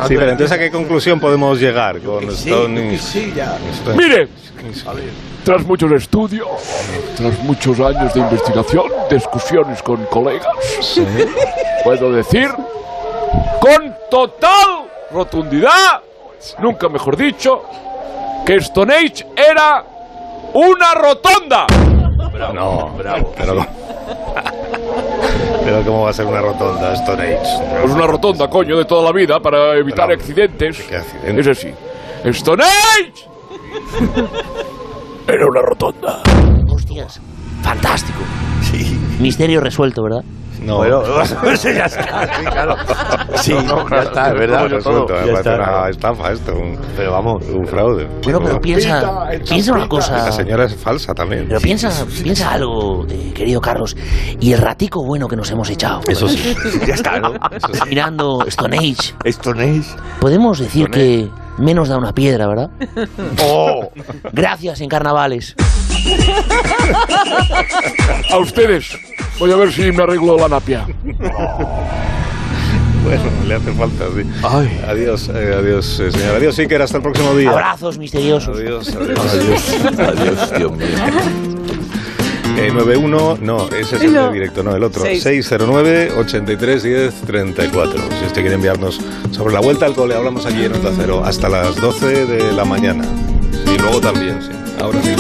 Sí, pero entonces a qué conclusión podemos llegar con Stone Stone- Mire, tras muchos estudios, tras muchos años de investigación, discusiones con colegas, puedo decir con total rotundidad, nunca mejor dicho, que Stone Age era una rotonda. No, Pero, pero ¿cómo va a ser una rotonda Stone Age? Es una rotonda, coño, de toda la vida para evitar accidentes. Es así. Stone Age era una rotonda. Hostias, fantástico. Sí. Misterio resuelto, ¿verdad? No. Bueno, eso ya está. Sí, claro. Sí, ya está, es verdad. Resuelto, Ya me parece está. una estafa esto. pero vamos. Un fraude. Bueno, pero piensa, piensa una La cosa. señora es falsa también. Pero piensa, piensa algo, eh, querido Carlos, y el ratico bueno que nos hemos echado. Eso sí. ya está, ¿no? Mirando Stone Age. Stone Age. Podemos decir que menos da una piedra, ¿verdad? Oh. Gracias en carnavales. A ustedes. Voy a ver si me arreglo la napia. Bueno, le hace falta, sí. Adiós, eh, adiós, eh, señor. Adiós, Iker. Hasta el próximo día. Abrazos misteriosos. Adiós, adiós. Adiós, Dios mío. Eh, 91, no, ese es el No. de directo, no, el otro. Seis. 609 83 10 34. Si usted quiere enviarnos sobre la vuelta al cole, hablamos aquí en Onda Cero hasta las 12 de la mañana. Y luego también, sí. Ahora sí.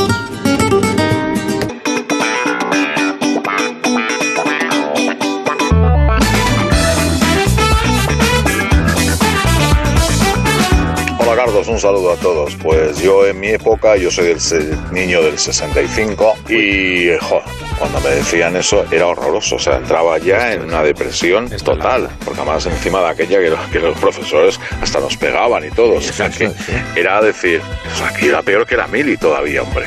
Hola Carlos, un saludo a todos. Pues yo en mi época, yo soy el se- niño del 65 y jo, cuando me decían eso era horroroso, o sea, entraba ya en una depresión total, porque además encima de aquella que los, que los profesores hasta nos pegaban y todo, o sea, que era decir, eso aquí era peor que la mili todavía, hombre.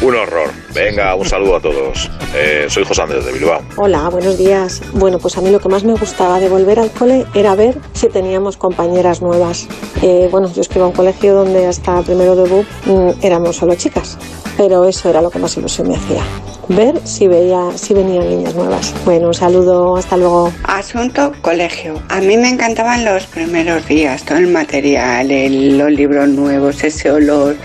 Un horror. Venga, un saludo a todos. Eh, soy José Andrés de Bilbao. Hola, buenos días. Bueno, pues a mí lo que más me gustaba de volver al cole era ver si teníamos compañeras nuevas. Eh, bueno, yo escribo a un colegio donde hasta primero de BUP mm, éramos solo chicas, pero eso era lo que más ilusión me hacía. Ver si veía, si venían niñas nuevas. Bueno, un saludo, hasta luego. Ah, Asunto colegio. A mí me encantaban los primeros días, todo el material, el- los libros nuevos, ese olor.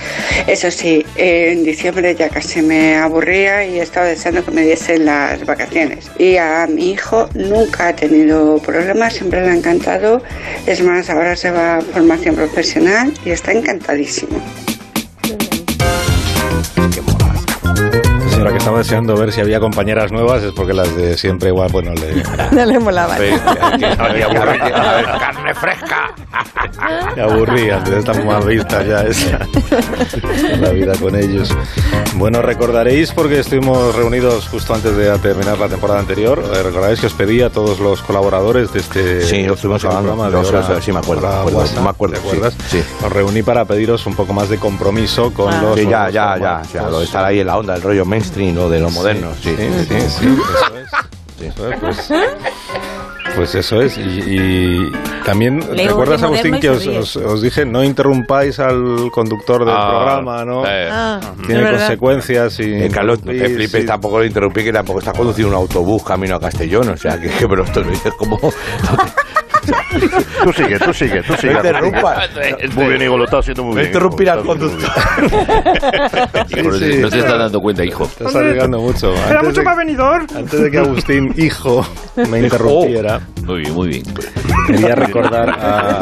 Eso sí, eh, en diciembre ya casi me me aburría y estaba deseando que me diesen las vacaciones. Y a mi hijo nunca ha tenido problemas, siempre le ha encantado. Es más, ahora se va a formación profesional y está encantadísimo. Esta señora que estaba deseando ver si había compañeras nuevas es porque las de siempre igual, bueno, le... No le molaba. le- le aburrían, carne fresca. le aburrían, ya están mal vistas ya esa, la vida con ellos. Bueno, recordaréis, porque estuvimos reunidos justo antes de terminar la temporada anterior, eh, recordaréis que os pedí a todos los colaboradores de este... Sí, lo estuvimos este hablando, programa lo de sé, Hora- lo sé, sí, me acuerdo, Hora me acuerdo, WhatsApp, me acuerdo, ¿te sí, acuerdas? sí. Os reuní para pediros un poco más de compromiso con Ah. los... Sí, ya, los ya, ya, formatos. ya, lo de estar ahí en la onda, el rollo mainstream, lo de lo Sí, moderno, sí. sí, sí, sí, eso es. Eso es, ¿Ah? pues, pues eso es. Y, y también, Leo, ¿recuerdas, moderno Agustín, y que os, sonríe. os- os dije no interrumpáis al conductor del Ah, programa, ¿no? eh. Ah, es Tiene verdad. consecuencias y... Eh, Carlos, no te flipes, tampoco lo interrumpí, que tampoco está conduciendo un autobús camino a Castellón, o sea, que, que pero esto lo dices como... Tú sigue, tú sigue, tú sigue. No este- interrumpas. Muy bien, Higo, lo estás haciendo muy No bien. interrumpir al conductor. sí. No te estás dando cuenta, hijo. Te estás arriesgando mucho. Era mucho más venidor. Antes de que Agustín, hijo, me interrumpiera. Oh, Muy bien, muy bien. Quería recordar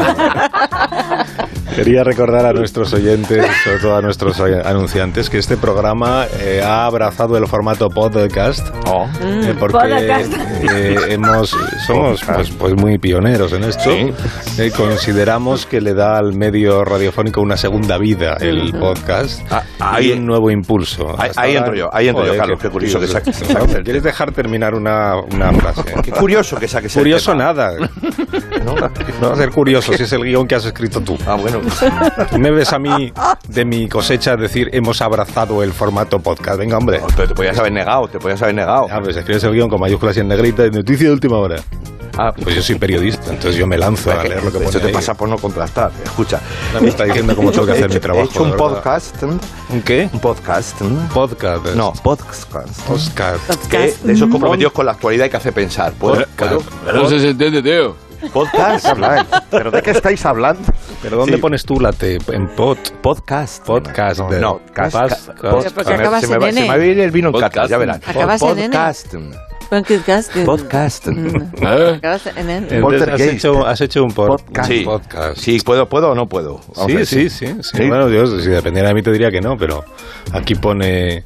a- Ah. Quería recordar a nuestros oyentes, sobre todo a nuestros oy- anunciantes, que este programa eh, ha abrazado el formato podcast. eh, Mm, porque podcast. eh, hemos, somos pues, pues muy pioneros en esto. Eh, consideramos que le da al medio radiofónico una segunda vida el podcast y un nuevo impulso. Ahí- Hasta ahí ahora- entro yo, ahí entro yo, Joder, Carlos, qué curioso que saques- Vamos, ¿Quieres dejar terminar una, una frase? Qué curioso que saques el Curioso tema. nada. No va a ser curioso si es el guión que has escrito tú. Ah, bueno. Me ves a mí de mi cosecha decir hemos abrazado el formato podcast. Venga, hombre. Pero te podías haber negado, te podías haber negado. Ah, pues escribes el guión con mayúsculas y en negrita de noticia de última hora. Ah, Pues yo soy periodista, entonces yo me lanzo a leer lo que pone Eso te ahí. pasa por no contrastar. Escucha. No me está diciendo cómo tengo que He hacer hecho- mi trabajo, He hecho un de verdad. podcast. ¿Un qué? Un podcast. Podcast. No, podcast. Podcast. Que de esos comprometidos con la actualidad hay que hace pensar. ¿Puedo? ¿Puedo? No se entiende, tío. Podcast. ¿Pero de qué estáis hablando? ¿Pero dónde Sí. pones tú la T? En pod. Podcast. Podcast. No, no, podcast. podcast. Porque acabas se, me en va, N. se me va a ir el vino en catas, ya verán. Acabas en N. podcast. Podcast. Podcast. ¿Eh? Acabas en N. Entonces, has, hecho, has hecho un pod- Podcast. un Sí. podcast. Sí, ¿puedo, ¿puedo o no puedo? Vamos a Sí, ver, sí, sí, sí. Bueno, Dios, si dependiera de mí te diría que no, pero aquí pone...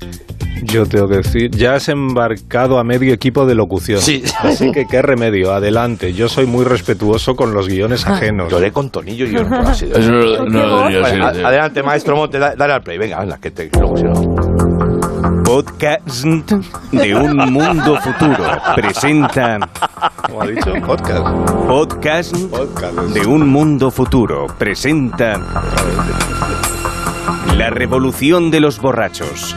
Yo tengo que decir, ya has embarcado a medio equipo de locución. Sí. Así que qué remedio, adelante. Yo soy muy respetuoso con los guiones Ah. ajenos. Lloré con tonillo y yo no Eso no- no lo debería Vale, decir. a- Adelante, maestro Monte, da- dale al play. Venga, venga, que te luego si no. Podcast de un mundo futuro presenta. ha dicho? Podcast. Podcast de un mundo futuro presenta. La revolución de los borrachos.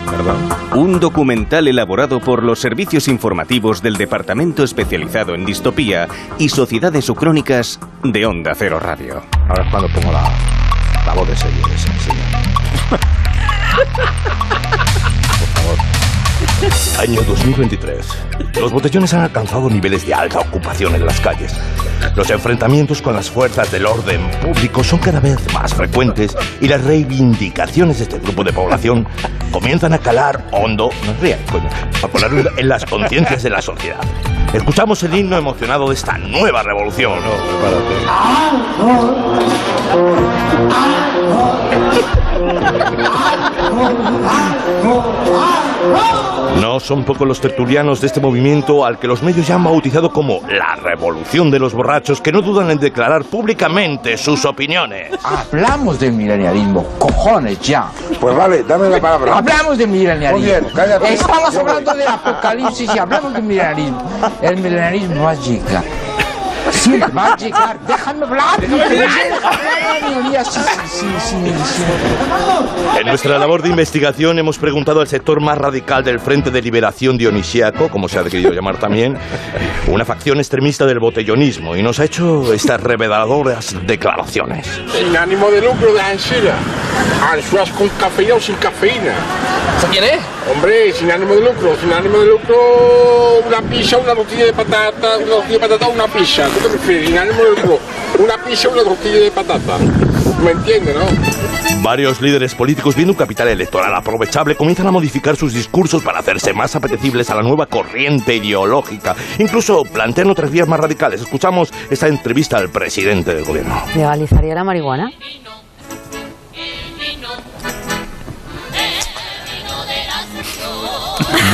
Un documental elaborado por los servicios informativos del Departamento Especializado en Distopía y Sociedades Ucrónicas de Onda Cero Radio. Ahora es cuando pongo la, la voz de serio de ese señor. Año 2023. Los botellones han alcanzado niveles de alta ocupación en las calles. Los enfrentamientos con las fuerzas del orden público son cada vez más frecuentes y las reivindicaciones de este grupo de población comienzan a calar hondo, no rían, coño, a poner en las conciencias de la sociedad. Escuchamos el himno emocionado de esta nueva revolución. No son pocos los tertulianos de este movimiento al que los medios ya han bautizado como la revolución de los borrachos que no dudan en declarar públicamente sus opiniones. Hablamos del milenialismo, cojones ya. Ah, Pues vale, dame la palabra. Hablamos del milenialismo. Muy bien, cállate. Estamos Yo hablando del apocalipsis y hablamos del milenialismo. El milenialismo va a llegar. Sí, va a llegar. Déjame hablar. Déjame hablar. Déjame hablar. Sí, sí, sí, sí, sí. En nuestra labor de investigación hemos preguntado al sector más radical del Frente de Liberación Dionisiaco, como se ha querido llamar también, una facción extremista del botellonismo, y nos ha hecho estas reveladoras declaraciones. Sin ánimo de lucro de Ansira. Ansuas con cafeína o sin cafeína. ¿Se quién es? Hombre, sin ánimo de lucro, sin ánimo de lucro, una pizza, una tortilla de patata, una tortilla de patata o una pizza. ¿Qué te prefieres? Sin ánimo de lucro, una pizza o una tortilla de patata. ¿Me entiende, no? Varios líderes políticos, viendo un capital electoral aprovechable, comienzan a modificar sus discursos para hacerse más apetecibles a la nueva corriente ideológica. Incluso plantean otras vías más radicales. Escuchamos esta entrevista al presidente del gobierno. ¿Legalizaría la marihuana?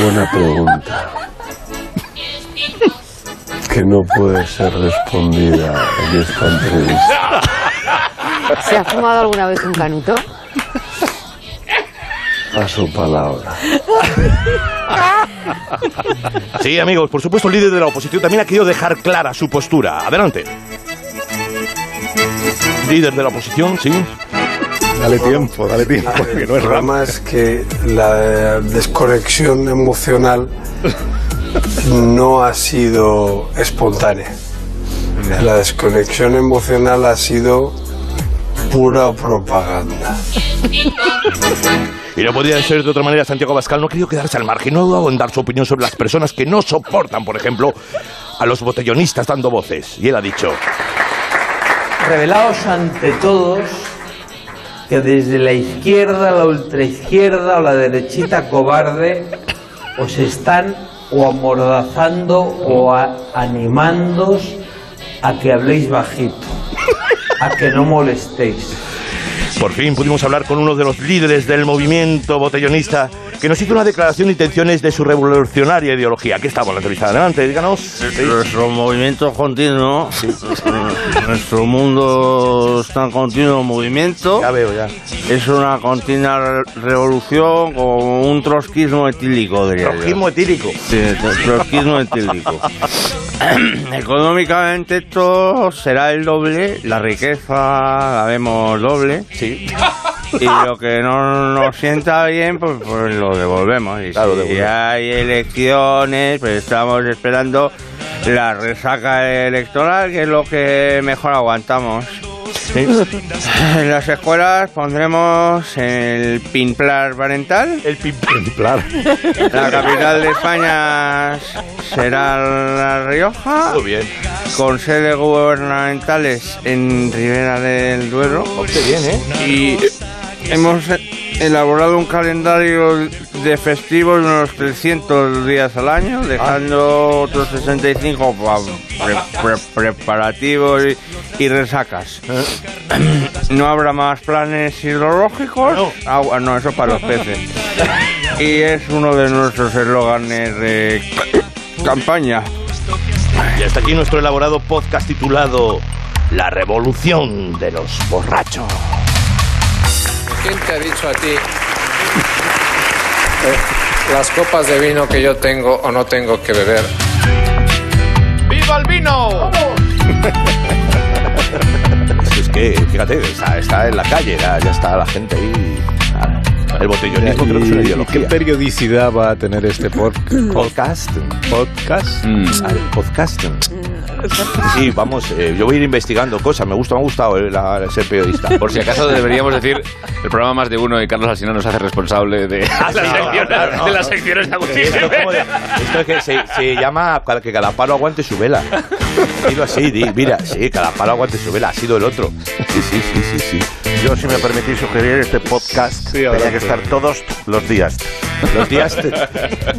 Buena pregunta. Que no puede ser respondida en esta entrevista. ¿Se ha fumado alguna vez un canuto? Paso palabra. Sí, amigos, por supuesto, el líder de la oposición también ha querido dejar clara su postura. Adelante. Líder de la oposición, sí. Dale tiempo, dale tiempo, que no es El problema es que la desconexión emocional no ha sido espontánea. La desconexión emocional ha sido pura propaganda. Y no podía ser de otra manera, Santiago Bascal no ha querido quedarse al margen, no ha dudado en dar su opinión sobre las personas que no soportan, por ejemplo, a los botellonistas dando voces. Y él ha dicho, Revelaos ante todos que desde la izquierda, la ultraizquierda o la derechita cobarde os están o amordazando o a- animándoos a que habléis bajito, a que no molestéis. por fin pudimos hablar con uno de los líderes del movimiento botellonista, que nos hizo una declaración de intenciones de su revolucionaria ideología. Aquí estamos, la entrevista. Adelante, díganos. Nuestro movimiento continuo, nuestro mundo está en continuo movimiento. Ya veo, ya. Es una continua re- revolución como un trotskismo etílico, diría yo. Trotskismo etílico. Sí, tro- trotskismo etílico. Económicamente esto será el doble, la riqueza la vemos doble. Sí. Y lo que no nos sienta bien, pues, pues lo devolvemos. Y si hay elecciones, pues estamos esperando la resaca electoral, que es lo que mejor aguantamos. En las escuelas pondremos el pimplar parental. El pimplar. La capital de España será La Rioja. Muy bien. Con sedes gubernamentales en Ribera del Duero. bien, ¿eh? Y hemos elaborado un calendario de festivos de unos 300 días al Ah. año, dejando otros 65 para preparativos y, y resacas. Eh. No habrá más planes hidrológicos. Agua, no, eso es para los peces. Y es uno de nuestros eslóganes de campaña. Y hasta aquí nuestro elaborado podcast titulado La revolución de los borrachos. ¿Quién te ha dicho a ti eh, las copas de vino que yo tengo o no tengo que beber? ¡Viva el vino! Pues Es que, fíjate, está, está en la calle, ya, ya está la gente ahí. Ah, El botellonismo creo que es una ¿Y ideología. qué periodicidad va a tener este pod- podcast? Podcast. Ah, el podcast. Sí, vamos, eh, yo voy a ir investigando cosas. Me gusta, me ha gustado el- la- ser periodista. Por si acaso deberíamos decir el programa más de uno y Carlos Alsina nos hace responsable de Ah, las secciones de las secciones de Agustín Esto es Jiménez. Ah, como de- esto es que se, se llama para que cada palo aguante su vela. Dilo así, di, mira, sí, cada palo aguante su vela, ha sido el otro. Sí, sí, sí, sí, sí. Yo, si me permitís sugerir, este podcast tenía adelante. que estar todos los días. Los días.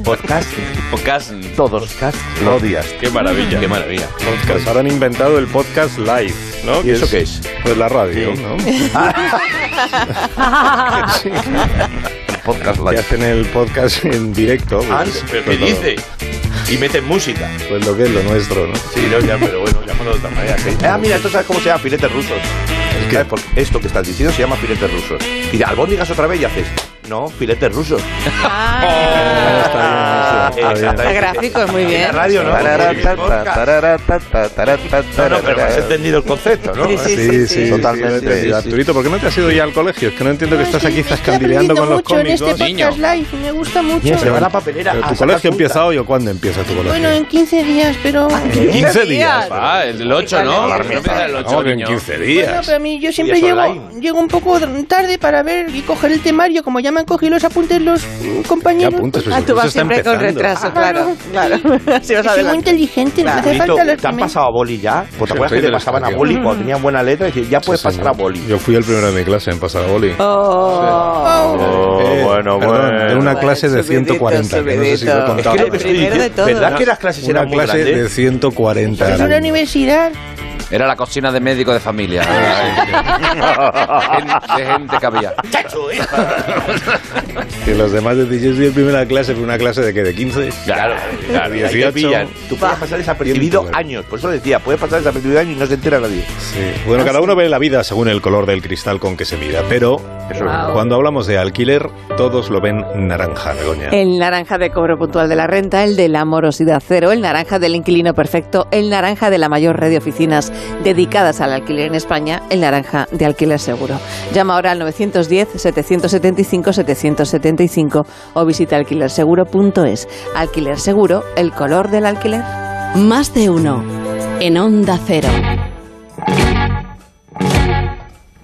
podcast. Podcast. Todos. Podcast. Los días. Qué maravilla. Qué maravilla. Podcast. Ahora han inventado el podcast live, ¿no? ¿Y eso qué es? Pues la radio, ¿no? podcast Que hacen el podcast en directo. pues, Ah, pues, ¿Qué lo- dice? Y meten música. Pues lo que es lo nuestro, ¿no? Sí, no, ya, pero bueno, llámalo de otra manera. sí. Ah, mira, esto sabes cómo se llama filetes rusos. ¿Sabes por qué? Esto que estás diciendo se llama filetes rusos. Y de albóndigas otra vez y haces, no, filetes rusos. Ah, Está gráfico, es muy bien. La radio, ¿no? No, no, pero has entendido el concepto, ¿no? Sí, sí, sí, sí, sí. Totalmente. Totalmente. Arturito, ¿por qué no te has ido ya al colegio? Es que no entiendo que estás aquí zascandileando con los mucho en cómicos. este podcast live, me gusta mucho. Pero ¿Tu colegio empieza hoy o cuándo empieza tu colegio? Bueno, en 15 días, pero... ¿En 15 días? Ah, el del 8, ¿no? Alarma. Creo que era el 8, Vamos, que en niño. 15 Bueno, pero a mí yo siempre eso llego, online. llego un poco tarde para ver y coger el temario. Como ya me han cogido los apuntes los mm, compañeros. ¿Qué apuntes? Pues Ah, tú eso vas está siempre con empezando. caso, claro, claro. Es Así vas que muy adelante. inteligente, no hace Carlito, falta los ¿Te han primeros. pasado a boli ya? Pues te Sí, acuerdas estoy que te de la pasaban a estación. boli cuando tenías buena letra y decías, ya puedes pasar a boli. Yo fui el primero de mi clase en pasar a boli. Eh, bueno, bueno. En una clase de 140. que no sé si lo he subidito. contado. Es que lo que estoy Primero de diciendo, ¿verdad todos. que las clases Una eran muy clase grandes? de 140. Es una universidad. Era la cocina de médico de familia. Gente- de gente que había. Que los demás de yo fui en primera clase, fue una clase de que de 15. Claro, claro. ahí te 18. pillan. Tú puedes pasar desapercibido años. Por eso decía, puedes pasar desapercibido años y no se entera nadie. Bueno, cada uno ve la vida según el color del cristal con que se mira, pero Wow. cuando hablamos de alquiler, todos lo ven naranja, Begoña. El naranja de cobro puntual de la renta, el de la morosidad cero, el naranja del inquilino perfecto, el naranja de la mayor red de oficinas dedicadas al alquiler en España, el naranja de alquiler seguro. Llama ahora al 910-775-775 o visita alquilerseguro.es. Alquiler seguro, el color del alquiler. Más de uno. En Onda Cero.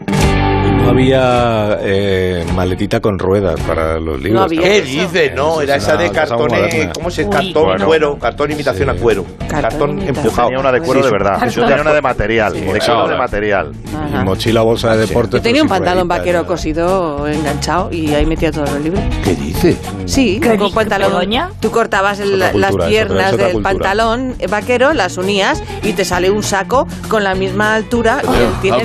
No había eh, maletita con ruedas para los libros. había ¿Qué eso. dice? No, era esa de Una cosa cartón, moderna. ¿cómo se Uy, cartón bueno. cuero? Cartón imitación a cuero. Cartón, empujado. Tenía una de cuero de verdad. eso Yo tenía una de material, de cuero de material. Y mochila, bolsa de pues, deporte. Yo tenía un pantalón vaquero cosido, enganchado, y ahí metía todos los libros. ¿Qué dice? Sí, ¿Qué con dices, pantalón. Begoña? Tú cortabas el- otra cultura, las es otra- piernas es otra del cultura. pantalón vaquero, las unías y te sale un saco con la misma altura que Ah, tiene el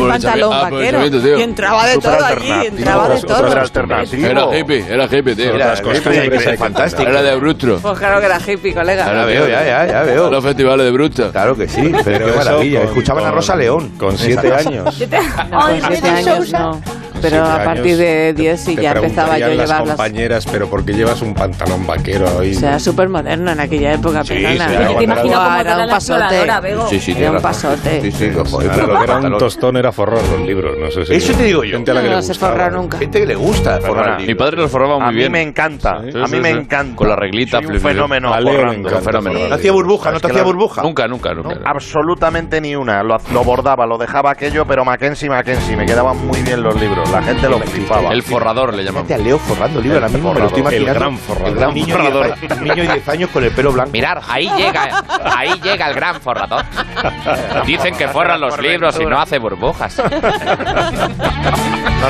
pantalón aprovechamiento, vaquero. aprovechamiento, tío. Y entraba de Súper todo allí, alternativo. entraba de todo. Era hippie, era hippie, tío. Era hippie, costumbres, era fantástico. Era de Brutro. Pues claro que era hippie, colega. Ahora veo, ya, ya, ya veo. Los festivales de Brutro. Claro que sí, pero qué eso maravilla. con- Escuchaban a con- Rosa León. con Esa siete cosa. años. Con siete años no. Pero a partir de 10 sí Te ya empezaba yo a preguntarían las llevarlas. compañeras, pero ¿por qué llevas un pantalón vaquero hoy? O sea, súper moderno en aquella época, Sí, perdona. ¿eh? sí, Yo te cuando imagino era- cómo era era un la pasote. exploradora, Bego. Sí, sí, era tienes un razón. pasote. Ahora, lo que era un pantalón. tostón era forrar los libros, no sé si... Eso te digo yo. Gente a la que le gustaba. nunca. Gente que le gusta forrar Mi padre los forraba muy A mí bien. me encanta, Sí, a sí, mí me sí. encanta. Con la reglita. Soy un fenómeno Leo le forrando. encanta Fenómeno. forrar. No hacía burbuja, no te Es que hacía la- burbuja. Nunca, nunca, nunca. Absolutamente ni una. Lo, lo bordaba, lo dejaba aquello, pero Mackenzie, Mackenzie. Me quedaban muy bien los libros. La gente los flipaba. El forrador le llamamos. Fíjate a Leo forrando libros ahora mismo, me lo estoy forrador. El imaginando. gran forrador. El gran Un niño forrador. de diez- un niño de 10 años con el pelo blanco. Mirar, ahí llega, ahí llega el gran forrador. Dicen que forran los libros y no hace burbujas. No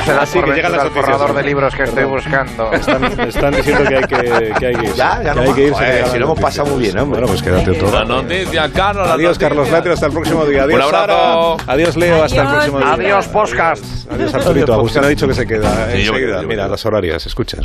se Así que llegan las el forrador de noticias. libros que estoy buscando. Están, están diciendo que hay que, que hay que irse. Ya, ya Que no hay más. que irse, Joder, que si lo hemos pasado muy bien, hombre. Bueno, pues quédate todo. La noticia, Carlos. la Adiós, noticia. Carlos Latre, hasta el próximo día. Adiós, Un abrazo. Sara. Adiós, Leo, hasta el Adiós, próximo día. Adiós, podcast. Adiós, Arturito. Agustín ha dicho que se queda eh. Sí, yo me enseguida. quedo, yo me Mira, quedo. las horarias, escuchas.